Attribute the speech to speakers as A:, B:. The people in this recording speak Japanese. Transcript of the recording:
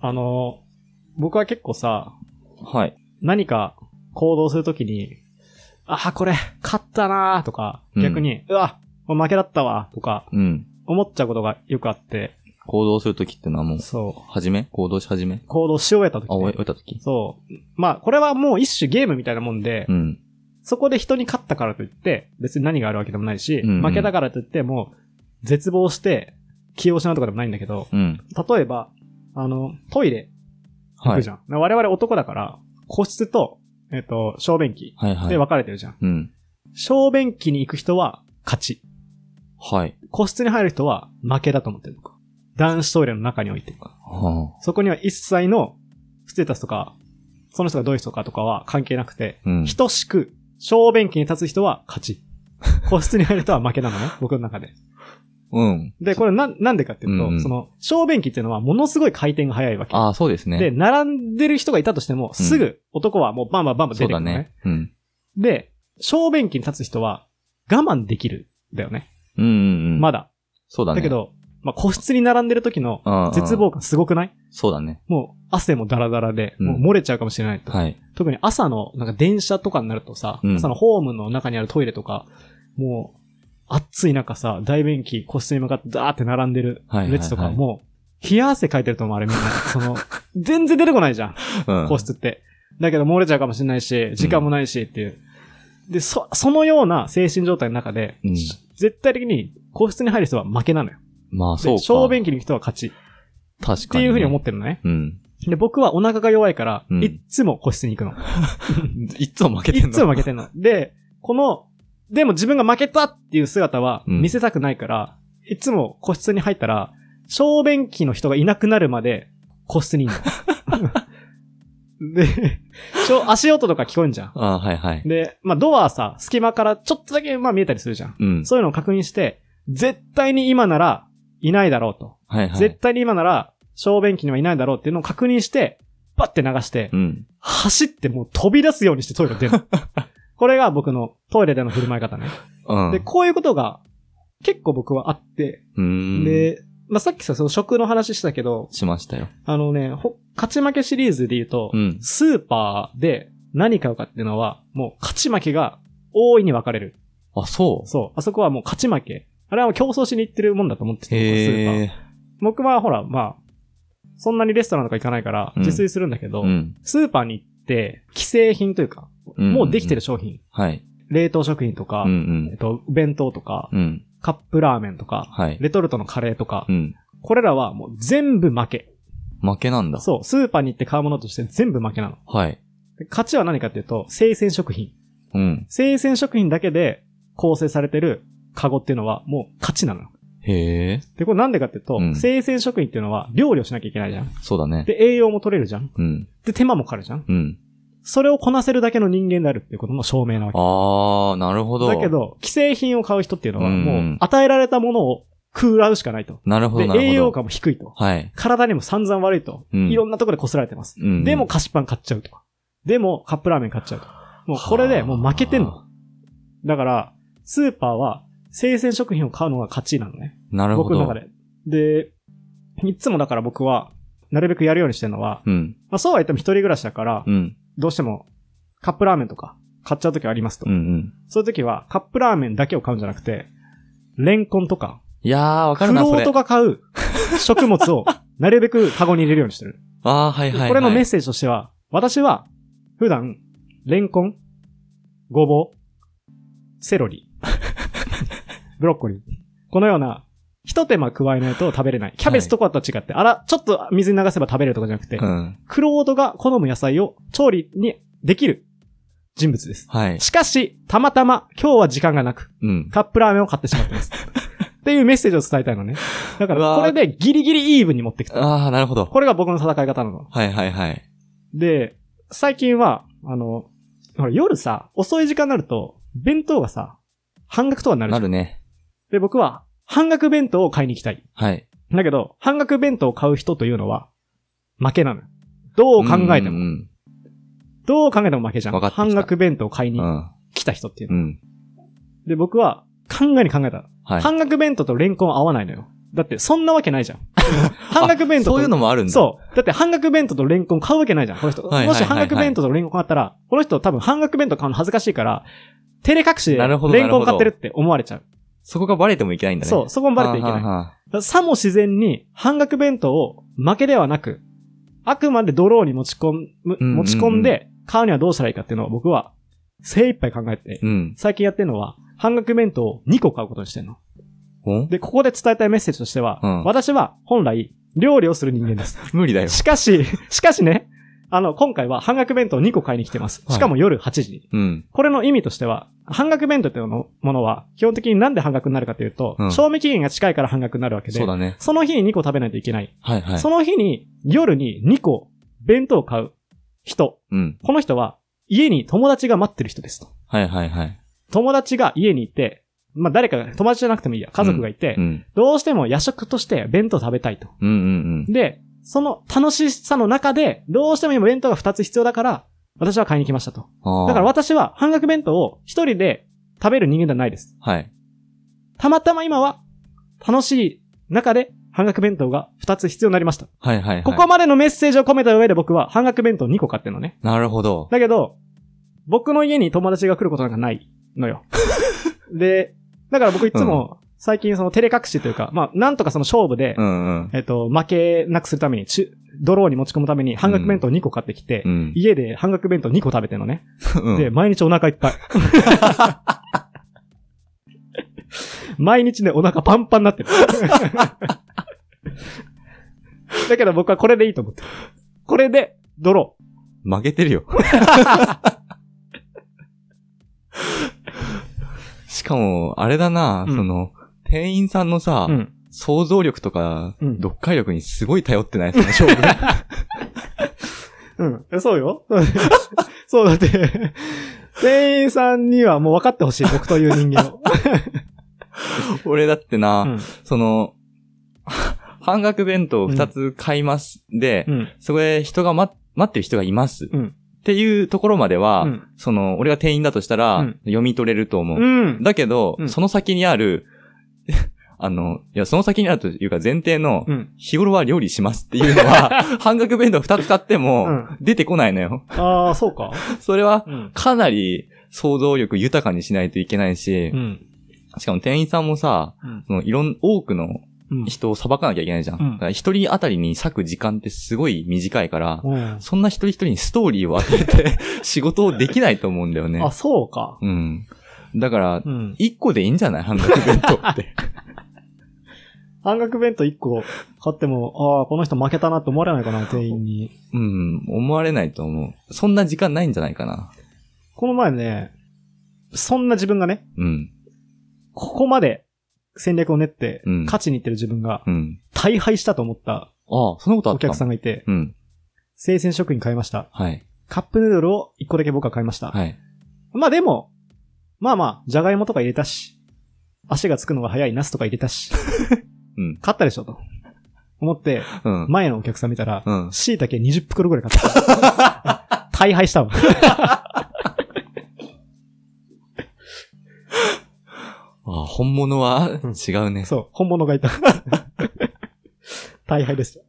A: あの、僕は結構さ、
B: はい。
A: 何か行動するときに、あー、これ、勝ったなーとか、
B: うん
A: 逆に、うわ、これ負けだったわ、とか、
B: うん。
A: 思っちゃうことがよくあって、
B: 行動するときってのはもう、
A: そ
B: はじめ行動し始め
A: う、行動し終えたとき、
B: あ、終え終えたとき
A: そう。まあ、これはもう一種ゲームみたいなもんで、
B: うん。
A: そこで人に勝ったからといって、別に何があるわけでもないし、
B: うんうん
A: 負けたからといって、もう、絶望して、気を失うとかでもないんだけど、
B: うん。
A: 例えば、あの、トイレ行
B: は
A: く
B: い
A: じ。ゃん。我々男だから、個室と、えっ、と、小便器
B: はいは
A: で
B: い。
A: 分かれてるじゃん。
B: うん。
A: 小便器に行く人は勝ち。
B: はい。
A: 個室に入る人は負けだと思ってるのか。男子トイレの中において。
B: はあ。
A: そこには一切のステータスとか、その人がどういう人かとかは関係なくて、
B: うん。
A: 等しく、小便器に立つ人は勝ち。個室に入る人は負けなのね、僕の中で。
B: うん。
A: で、これな、なんでかっていうと、
B: うんうん
A: その、小便器っていうのはものすごい回転が速いわけ。
B: ああ、そうですね。
A: で、並んでる人がいたとしても、すぐ男はもうバンバンバンバン出
B: そ
A: て
B: う
A: くる
B: だ
A: のね。
B: ね。うん。
A: で、小便器に立つ人は我慢できる。だよね。
B: うんうんうん。
A: まだ。
B: そうだね。
A: だけ、ど、まあ、個室に並んでる時の
B: うんうん
A: 絶。望感すごくない
B: そうだね。
A: もう汗もダラダラで、
B: うん
A: もう漏れちゃうかもしれないと。
B: はい。
A: 特に朝の、なんか電車とかになるとさ、
B: うん
A: 朝のホームの中にあるトイレとか、もう、暑い中さ、大便器、個室に向かってダーって並んでる
B: はいはいはい
A: 列とか、もう、冷や汗かいてると思う、あれみんな。そ の、全然出てこないじゃん、
B: うん。
A: 個室って。だけど漏れちゃうかもしれないし、時間もないしっていう。で、そ、そのような精神状態の中で、
B: うん
A: 絶対的に個室に入る人は負けなのよ。
B: まあ、
A: で
B: そうか。
A: 小便器に行く人は勝ちっ
B: 確か
A: て
B: にね。。
A: いうふうに思っててるのね。
B: うん。
A: で、僕はお腹が弱いから、
B: うん
A: いっつも個室に行くの。
B: いつも負けてんの
A: いつも負けてんの。で、この、でも自分が負けたっていう姿は
B: うん
A: 見せたくないから、いつも個室に入ったら、小便器の人がいなくなるまで個室にいるの。 で、ちょ足音とか聞こえんじゃん。
B: ああ、はいはい。
A: で、まあ、ドアさ、隙間からちょっとだけ、まあ、見えたりするじゃん。
B: うん。
A: そういうのを確認して、絶対に今ならいないだろうと。
B: はいはい。
A: 絶対に今なら小便器にはいないだろうっていうのを確認して、バッて流して、
B: うん。
A: 走ってもう飛び出すようにしてトイレ出 る。これが僕のトイレでの振る舞い方ね。
B: うん。
A: で、こういうことが結構僕はあって、
B: うーん。、
A: で、まあ、さっきさ、その食の話したけど、
B: しましたよ。
A: あのね、ほ勝ち負けシリーズで言うと、
B: うん。
A: スーパーで何買うかっていうのは、もう勝ち負けが大いに分かれる。
B: あ、そう。
A: そう。あそこはもう勝ち負け。あれはもう競争しに行ってるもんだと思ってて、スーパ
B: へ
A: ー。
B: え。
A: 僕はほら、まあ、そんなにレストランとか行かないから、
B: うん
A: 自炊するんだけど、
B: うん。
A: スーパーに行って、既製品というか、
B: うん
A: もうできてる商品。
B: はい。
A: 冷凍食品とか、
B: うんう
A: えっ
B: ん。
A: と、弁当とか、
B: うん。
A: カップラーメンとか、
B: はい。
A: レトルトのカレーとか
B: う、ん。
A: これらはもう全部負け。
B: 負けなんだ。
A: そう、スーパーに行って買うものとして全部負けなの。
B: はい。
A: で勝ちは何かっていうと、生鮮食品。
B: うん。
A: 生鮮食品だけで構成されてるカゴっていうのはもう勝ちなのよ。
B: へえ。
A: で、これなんでかっていうと、
B: うん
A: 生鮮食品っていうのは料理をしなきゃいけないじゃん。
B: そうだね。
A: で、栄養も取れるじゃん。
B: うん。
A: で、手間もかかるじゃん。
B: うん。
A: それをこなせるだけの人間であるっていうことの証明なわけ。
B: あー、なるほど。
A: だけ。ど、既製品を買う人っていうのは、
B: うん
A: もう、与えられたものを食らうしかないと。
B: なるほ
A: で
B: ど、なるほ、ど。
A: 栄養価も低いと。
B: はい。
A: 体にも散々悪いと。
B: うん
A: いろんなところで擦られてます。
B: うん。
A: でも、菓子パン買っちゃうとか。でも、カップラーメン買っちゃうとか。もう、これでもう負けてんの。
B: は
A: だから、スーパーは、生鮮食品を買うのが勝ちなのね。
B: あ。なるほ
A: 僕
B: ど。
A: の中で。で、いつもだから僕は、なるべくやるようにしてるのは、
B: うん。
A: まあそうは言っても一人暮らしだから、
B: うん。
A: どうしても、カップラーメンとか、買っちゃう時ありますと
B: うん。う。ん。
A: そういう時は、カップラーメンだけを買うんじゃなくて、レンコンとか、
B: いやー、わか
A: フ
B: るな、
A: ロ
B: そ
A: ー
B: れ
A: ト。が買う食物 を、なるべくカゴに入れるようにしてる。
B: あー、はいはいはい。
A: これのメッセージとしては、私は、普段、レンコン、ごぼう、セロ リ、ブロッコリー。このような、一手間加えないと食べれない。キャベツとかとは違って、あら、ちょっと水に流せば食べれるとかじゃなくて、
B: うん。
A: クロードが好む野菜を調理にできる人物です。
B: はい。
A: しかし、たまたま今日は時間がなく、
B: うん。
A: カップラーメンを買ってしまって ます。っていうメッセージを伝えたいのね。だか
B: う
A: ら、
B: わ
A: こ
B: ー
A: れでギリギリイーブンに持ってきた。
B: あー、なるほど。
A: これが僕の戦い方なの。
B: はいはいはい。
A: で、最近は、あの、ほら夜さ、遅い時間になると、弁当がさ、半額とかになるじ
B: な
A: ゃん。
B: るね。
A: で、僕は、半額弁当を買いに行きたい。
B: はい。
A: だけど、半額弁当を買う人というのは、負けなの。どう考えても。
B: うん
A: どう考えても負けじゃん。
B: わかってきた
A: 半額弁当を買い
B: うん。
A: に
B: うん。
A: 来た人っていう
B: う
A: の。
B: ん。
A: で、僕は、考えに考えた。
B: はい。
A: 半額弁当とレンコン合わないのよ。だって、そんなわけない じゃん。半額弁当と
B: そういうのもあるんだ。
A: そう。だって半額弁当とレンコン買うわけないじゃん、この人。
B: はいはいは
A: も
B: い
A: し半額弁当とレンコン買ったら、この人多分半額弁当買うの恥ずかしいから、照れ隠しで
B: な
A: レ
B: るほどなる
A: ン
B: ほど
A: コン買ってるって思われちゃう。
B: そこがバレてもいけないんだね。
A: そう、そこもバレていけない。だか
B: はあは
A: らさも自然に半額弁当を負けではなく、あくまでドローに持ち込む、
B: うんうん
A: 持ち込んで買うにはどうしたらいいかっていうのを僕は精一杯考えて
B: あ、うん。
A: 最近やってるのは半額弁当を2個買うことにしてるの。
B: お
A: で、ここで伝えたいメッセージとしては、
B: うん
A: 私は本来料理をする人間です。
B: 無理だよ。
A: しかし、 しかしね、あの、今回は半額弁当2個買いに来てます。
B: はい
A: しかも夜8時に。
B: うん。
A: これの意味としては、半額弁当っていうのものは、基本的になんで半額になるかというと、
B: うん
A: 賞味期限が近いから半額になるわけで、
B: そうだね。
A: その日に2個食べないといけない。
B: はいはい
A: そ。の日に、夜に2個弁当を買う人。
B: うん。
A: この人は、家に友達が待ってる人ですと。
B: はいはいはい。
A: 友達が家にいて、まあ、誰かが、友達じゃなくてもいいや、家族がいて、
B: うん。
A: どうしても夜食として弁当を食べたいと。
B: うんうん
A: で、その楽しさの中で、どうしても今弁当が2つ必要だから、私は買いに来ましたと。
B: うん。ああ
A: だから、私は半額弁当を一人で食べる人間ではないです。
B: はい。
A: たまたま今は、楽しい中で半額弁当が2つ必要になりました。
B: はいはいはい。
A: ここまでのメッセージを込めた上で僕は半額弁当2個買ってるのね。
B: なるほど。
A: だけど、僕の家に友達が来ることなんかないの よ。で、だから僕いつも、最近その照れ隠しというか、まあ、なんとかその勝負で、
B: うんうん。
A: えっと、負けなくするために、ちドローに持ち込むために半額弁当2個買ってきて、
B: うん。
A: 家で半額弁当2個食べてんのね。
B: うん
A: で、毎日お腹いっ ぱい。毎日ね、お腹パンパンになって る。だけど僕はこれでいいと思ってる。これで、ドロ
B: 負けてるよ。 しかも、あれだな、
A: うん
B: その、店員さんのさ
A: ー。、うん。
B: 想像力とか、
A: うん
B: 読解力にすごい頼ってないその 勝負。
A: うん。えそうよ。 そうだって、店員さんにはもう分かってほしい、僕という人間を。
B: 俺だってな、
A: うん
B: その、半額弁当2つ買います。で、
A: うん。
B: そこで人が待待ってる人がいます。
A: うん
B: っていうところまでは、
A: うん
B: その、俺が店員だとしたら、
A: うん
B: 読み取れると思う。
A: うん。
B: だけど、
A: うん
B: その先にある、 あの、いや、その先にあるというか前提の、
A: うん。
B: 日頃は料理しますっていうの は、半額弁当2つ買って
A: う
B: も
A: ん、
B: 出てこないのよ。
A: ああ、そうか。
B: それは、
A: うん。
B: かなり想像力豊かにしないといけないし
A: う、ん。
B: しかも店員さんもさ、
A: うん
B: そのいろん、多くの
A: うん
B: 人を裁かなきゃいけないじゃ
A: うん
B: ん。だから一人当たりに割く時間ってすごい短いから、
A: うん。
B: そんな一人一人にストーリーを与 えて仕事をできないと思うんだよね
A: あ、。そうか。
B: うん。だから、
A: うん。
B: 1個でいいんじゃない半額弁 当って。
A: 半額弁当1個買っても、ああ、この人負けたなって思われないかな、店員に。
B: うん、思われないと思う。そんな時間ないんじゃないかな。
A: この前ね、そんな自分がね、
B: うん、
A: ここまで戦略を練って
B: うん、
A: 勝ちに行ってる自分が
B: うん。
A: 大敗したと思った
B: ああ、そんなことあ
A: お
B: ったの
A: 客さんがいて、
B: うん。
A: 生鮮食品買いました。
B: はい。
A: カップヌードルを1個だけ僕は買いました。
B: はい。
A: まあでも、まあまあ、じゃがいもとか入れたし、足がつくのが早いナスとか入れたし、
B: うん。
A: 勝ったでしょ、と思って、
B: うん。
A: 前のお客さん見たら、
B: うん。
A: 椎茸20袋ぐらい買った。 大敗したわ。
B: あ、本物は
A: うん
B: 違うね。
A: そう、本物がいた。大敗でした。